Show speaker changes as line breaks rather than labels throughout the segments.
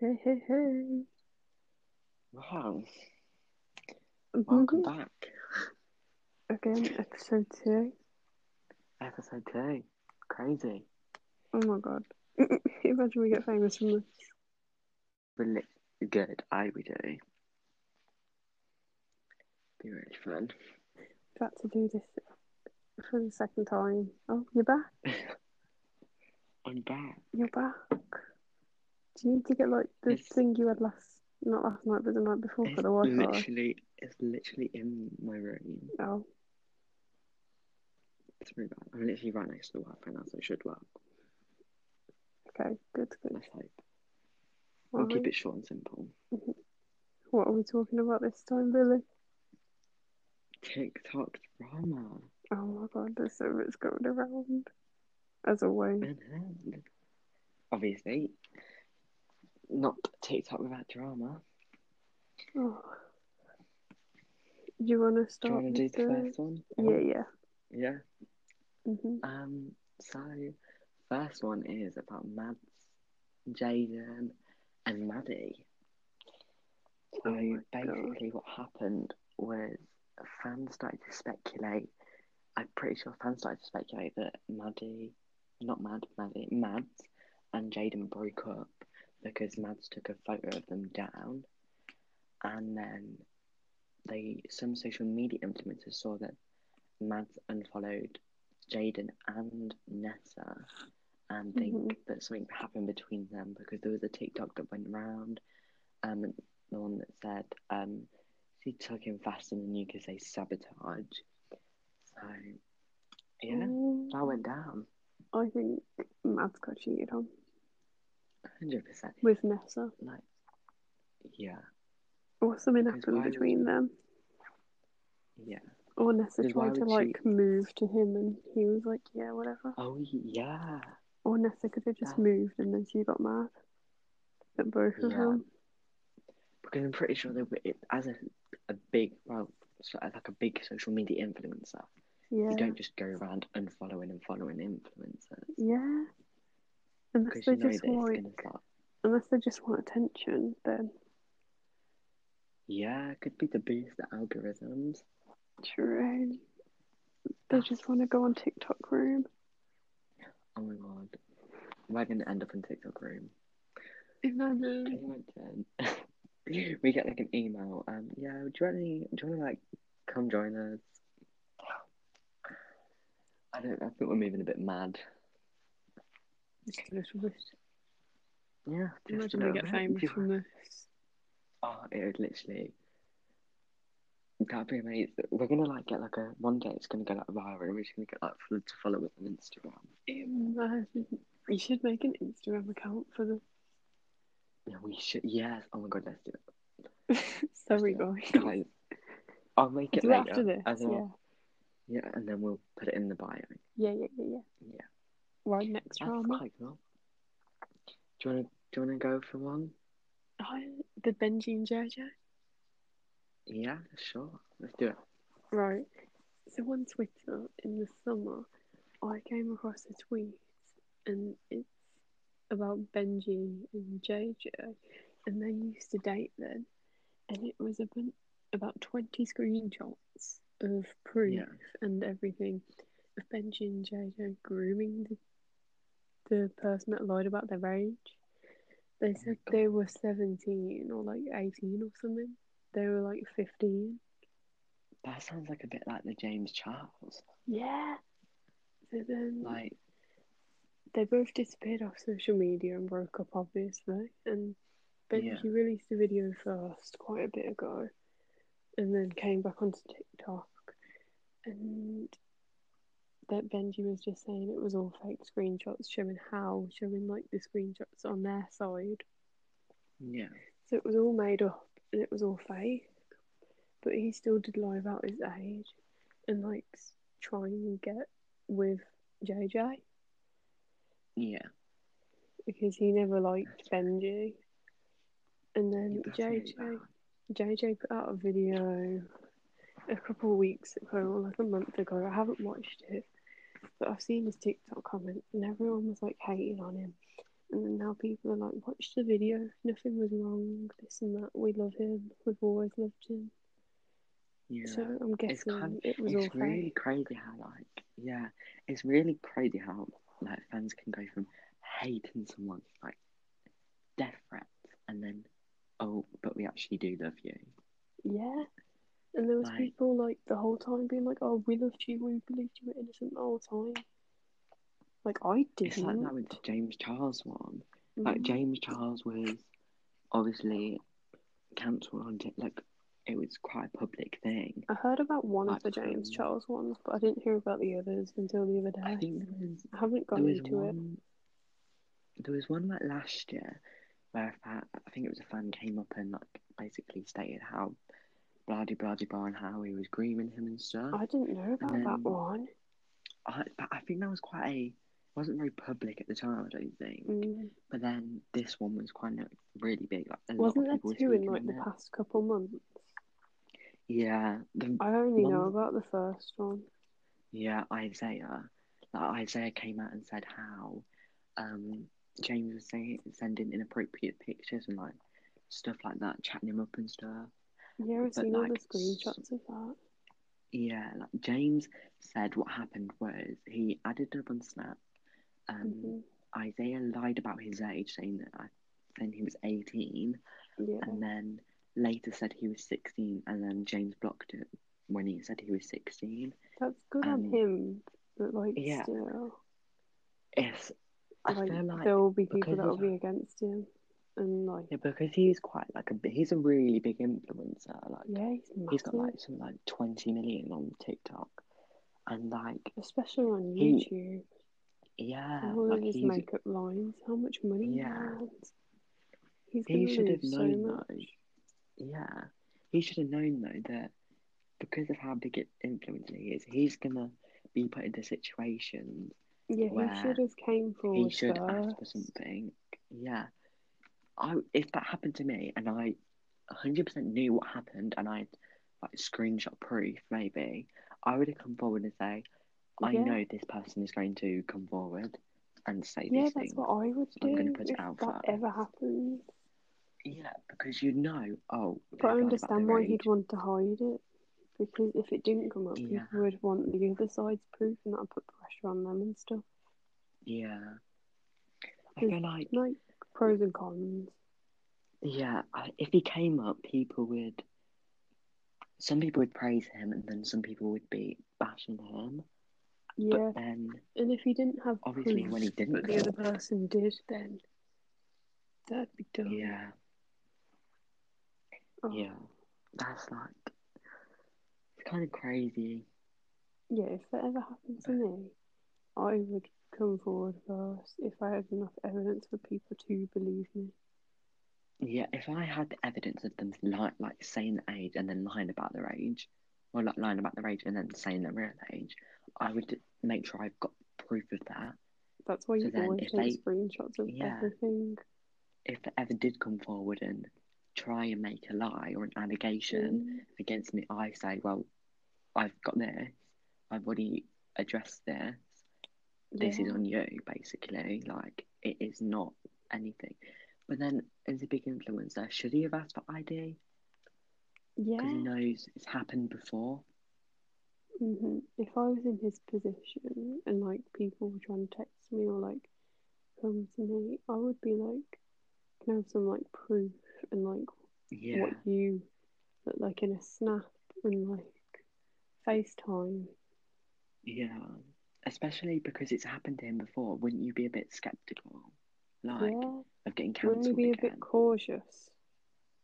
Hey, hey, hey.
Wow. Welcome
Mhm.
back.
Again, episode two.
Episode two. Crazy.
Oh my god. Imagine we get famous from this.
Really good. I we do. Be really fun.
We've had to do this for the second time. Oh, you're back.
I'm back.
You're back. Do you need to get like the
It's-
thing you had last, not last night, but the night before
It's
Oh, for the Wi Fi?
literally it's literally in my room.
Oh,
It's really bad. I'm literally right next to the Wi-Fi now, so it should work.
okay. Good, good.
Let's hope. We'll
All
keep
right.
it short and simple.
What are we talking about this time, Billy?
TikTok drama.
Oh my god, there's so much going around. As always.
Man, hell. Obviously. Not TikTok without drama.
Oh. Do you want to
Do you
start?
want to do
with uh,
the first one?
Oh, Yeah, yeah.
Yeah.
hmm
Um, so first one is about Mads, Jaden, and Maddie. So
Oh my God.
basically, what happened was fans started to speculate. I'm pretty sure fans started to speculate that Maddie, not Mad, Maddie, Mads, and Jaden broke up because Mads took a photo of them down, and then they some social media influencers saw that Mads unfollowed Jaden and Nessa and think that something happened between them because there was a TikTok that went round, um, the one that said, um, she took him faster than you could say sabotage. So, yeah,
Um,
that went down
I think Mads got cheated on
100%.
with Nessa.
Like, yeah,
Or something
Because
happened
why would
between
you-
them.
yeah.
Or Nessa
Because why
tried to
would
like
she-
move to him and he was like, yeah, whatever.
Oh, yeah.
Or Nessa could have just
Yeah.
moved and then she got mad at both of
Ah. Yeah.
them.
because I'm pretty sure they were it, as a, a big well so, as like a big social media influencer. You
Yeah.
don't just go around unfollowing and following influencers
Yeah. Unless
because
they
you know that
just
it's
want
gonna start.
unless they just want attention, then
Yeah, it could be to boost the algorithms.
true. They
Ah.
just want to go on TikTok room.
Oh my god, we're gonna end up in TikTok room.
Imagine.
Pretty much, um, we get like an email. Um, yeah, do you want any, do you want to like come join us? I don't. I think we're moving a bit mad. Yeah, just a
Imagine we
little
get
bit. Do
famous
you-
from this.
Oh, it would literally. That'd be amazing. We're gonna like get like a one day it's gonna go like viral and we're just gonna get like flood to follow with on Instagram.
Imagine. You should make an Instagram account for the
Yeah, we should. Yes. Oh my god, let's do it,
Sorry,
Yeah.
guys.
guys. I'll make it
Do it
later.
after this.
as
Yeah.
well. yeah, and then we'll put it in the bio.
yeah, yeah, yeah, yeah.
Yeah,
Right, next
that's
drama.
quite cool. Do you wanna do you wanna go for one?
Oh, the Benji and Jojo.
Yeah, sure. Let's do it.
Right. So on Twitter in the summer, I came across a tweet, and it's about Benji and JoJo, and they used to date then, and it was a bun- about twenty screenshots of proof
Yeah.
and everything of Benji and JoJo grooming the, the person that lied about their age. They said they were seventeen or like eighteen or something. They were like fifteen.
That sounds like a bit like the James Charles.
Yeah. So then
Like
they both disappeared off social media and broke up, obviously. And Benji
Yeah.
released a video first quite a bit ago, and then came back onto TikTok, and that Benji was just saying it was all fake screenshots, showing how, showing like the screenshots on their side.
yeah.
So it was all made up and it was all fake. But he still did lie about his age and like s- try and get with JJ
Yeah.
because he never liked Benji. And then
That's really
JJ
bad.
JJ put out a video a couple of weeks ago or like a month ago. I haven't watched it, but I've seen his TikTok comment and everyone was like hating on him. And then now people are like, watch the video. Nothing was wrong. This and that. We love him. We've always loved him.
Yeah.
So I'm guessing
It's kind
it was all
it's really
fake.
crazy how like yeah, it's really crazy how like fans can go from hating someone to, like death threats and then oh, but we actually do love you.
Yeah. And there was
Like-
people like the whole time being like, "Oh, we loved you. We believed you were innocent the whole time." Like I Mm-hmm.
It's
didn't.
like that with the James Charles one.
Mm.
Like James Charles was obviously cancelled on J- like it was quite a public thing.
I heard about one of
like,
the James
um,
Charles ones, but I didn't hear about the others until the other
I
day.
think there was
I haven't
there
gone
was
into it.
one there was one like last year where a fa- I think it was a fan came up and like basically stated how blah de blah de blah and how he was grooming him and stuff.
I didn't know about that
then-
one.
I, but I think that was quite a wasn't very public at the time. I don't think.
Mm.
But then this one was quite like, really big. Like a lot of
Wasn't there
people were
two in
speaking
like
on
the
it.
past couple months?
Yeah, the,
I only know
One-
about the first one.
yeah Isaiah. Like Isaiah came out and said how um, James was saying, sending inappropriate pictures and like stuff like that, chatting him up and stuff.
Yeah, I've
But,
seen all the
like,
screenshots of that.
Yeah, like James said what happened was he added up on Snap. Um,
Mhm.
Isaiah lied about his age, saying that I, then he was 18,
Mm-hmm. Yeah.
and then later said he was 16, and then James blocked it when he said he was 16.
That's good on
um,
him, but like
yeah.
still.
It's, I
like,
feel like,
there will be people
because
that will
he's
be against him, and like
yeah, because he's quite like a, bi- he's a really big influencer. Like,
yeah, he's massive,
he's got like some like 20 million on TikTok, and like,
especially on
he-
YouTube.
yeah,
all
like
of his
he's
makeup lines, how much money he
Yeah.
has. He's
He
gonna
should have
lose so
known
much.
though. Yeah, he should have known though that because of how big an influence he is, he's gonna be put into situations
Yeah,
where
he should have came
he
forward
should ask for
first.
something. Yeah, I if that happened to me and I, hundred percent knew what happened and I, like screenshot proof maybe, I would have come forward and say, I
Yeah.
know this person is going to come forward and say
yeah,
these
that's
things.
what I would do
I'm gonna
if
put it out
that
first.
ever happened.
Yeah, because you know, oh,
But I
they've lied about
understand
their
why
age.
he'd want to hide it. Because if it didn't come up,
Yeah.
people would want the other side's proof, and that'll put pressure on them and stuff.
Yeah. I
There's
feel like,
Like pros and cons.
yeah, I- if he came up, people would. Some people would praise him, and then some people would be bashing him.
Yeah,
But then,
and if he didn't have
obviously, when he didn't,
but the other person did, then that'd be dumb.
yeah,
Oh,
yeah, that's like it's kind of crazy.
yeah, If that ever happened to
Uh,
me, I would come forward first if I had enough evidence for people to believe me.
Yeah, if I had the evidence of them like like saying the age and then lying about their age, or like lying about their age and then saying their real age, I would make sure I've got proof of that.
That's why
So
you
then
always
if
take screenshots of
yeah.
everything.
If they ever did come forward and try and make a lie or an allegation.
Mm.
against me, I say, well, I've got this. I've already addressed this. This
Yeah.
is on you, basically. Like, it is not anything. But then, as a big influencer, should he have asked for ID? Because he
yeah.
knows it's happened before.
hmm If I was in his position and like people were trying to text me or like come to me, I would be like, can I have some like proof and like
Yeah.
what you look like in a snap and like FaceTime.
Yeah. Especially because it's happened to him before. Wouldn't you be a bit skeptical? Like,
yeah,
of getting
wouldn't you
cancelled
be
again?
a bit cautious?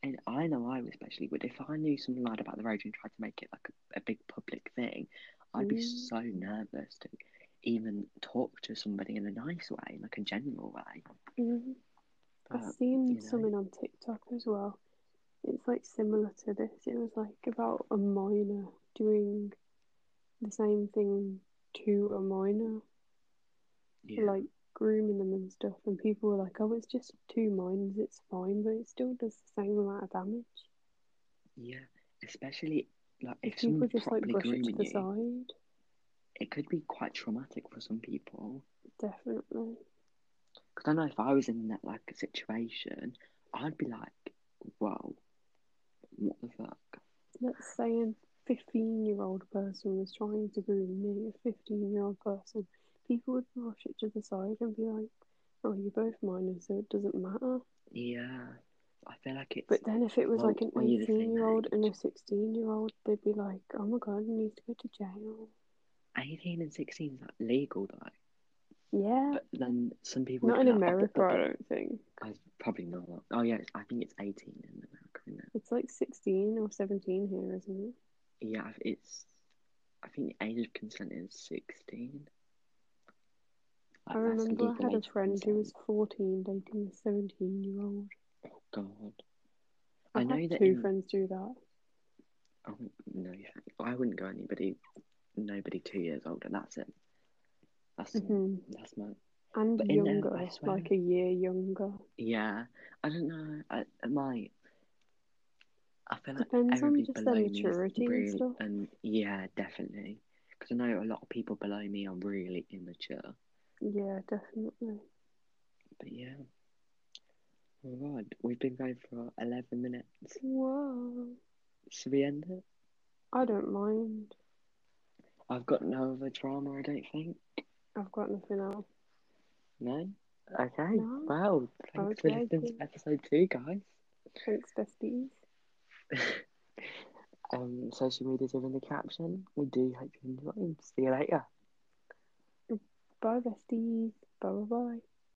And I know I especially would. If I knew some lad about the road and tried to make it like a, a big public thing, I'd be
Mm.
so nervous to even talk to somebody in a nice way, like a general way.
Mhm. I've
But,
seen
you know.
something on TikTok as well. It's like similar to this. It was like about a minor doing the same thing to a minor,
yeah,
like grooming them and stuff. And people were like, "Oh, it's just two minors. It's fine," but it still does the same amount of damage.
yeah. Especially like if,
If, people
someone's
just like
properly
brush it to
grooming
the
you,
side,
it could be quite traumatic for some people.
definitely.
Because I know if I was in that like situation, I'd be like, "Whoa, what the fuck?"
Let's say a 15 year old person was trying to groom me, a 15 year old person, people would brush it to the side and be like, oh, you're both minors, so it doesn't matter.
Yeah, I feel like it's
But then if it was
Well,
like an
well, you're the
18
same
year old and a
age.
16 year old, they'd be like, oh my god, I need to go to jail.
eighteen and sixteen is like legal though.
Yeah.
But then some people
Not
would
in
be like, "Oh,
America,
but- but-
I
but-
don't think.
I probably not. Oh yeah, it's- I think it's eighteen in America, isn't it?
It's like 16 or 17 here, isn't it?
Yeah, it's. I think the age of consent is sixteen. Like,
I
that's
remember I
legal
had a
age of
friend who was
consent.
14 dating a 17 year old.
Oh God, I
I've
know
had
that
two
in-
friends do that.
I wouldn't, no, I wouldn't go anybody, nobody two years older. That's it. That's
hmm
that's my
And
But in there,
younger,
I swear-
like a year younger.
yeah. I don't know. I, my, I feel like
Depends on
everybody
just their
below me is
maturity and
really,
stuff.
and yeah, definitely. Because I know a lot of people below me are really immature.
Yeah, definitely.
But yeah. Oh my God, we've been going for eleven minutes.
Whoa.
Should we end it?
I don't mind.
I've got no other drama. I don't think.
I've got nothing else.
No. Okay.
No.
Wow. Thanks for
Okay,
listening
cool.
to episode two, guys.
Thanks, besties.
um, social media's are in the caption. We do hope you enjoyed. See you later.
Bye, besties. Bye bye bye.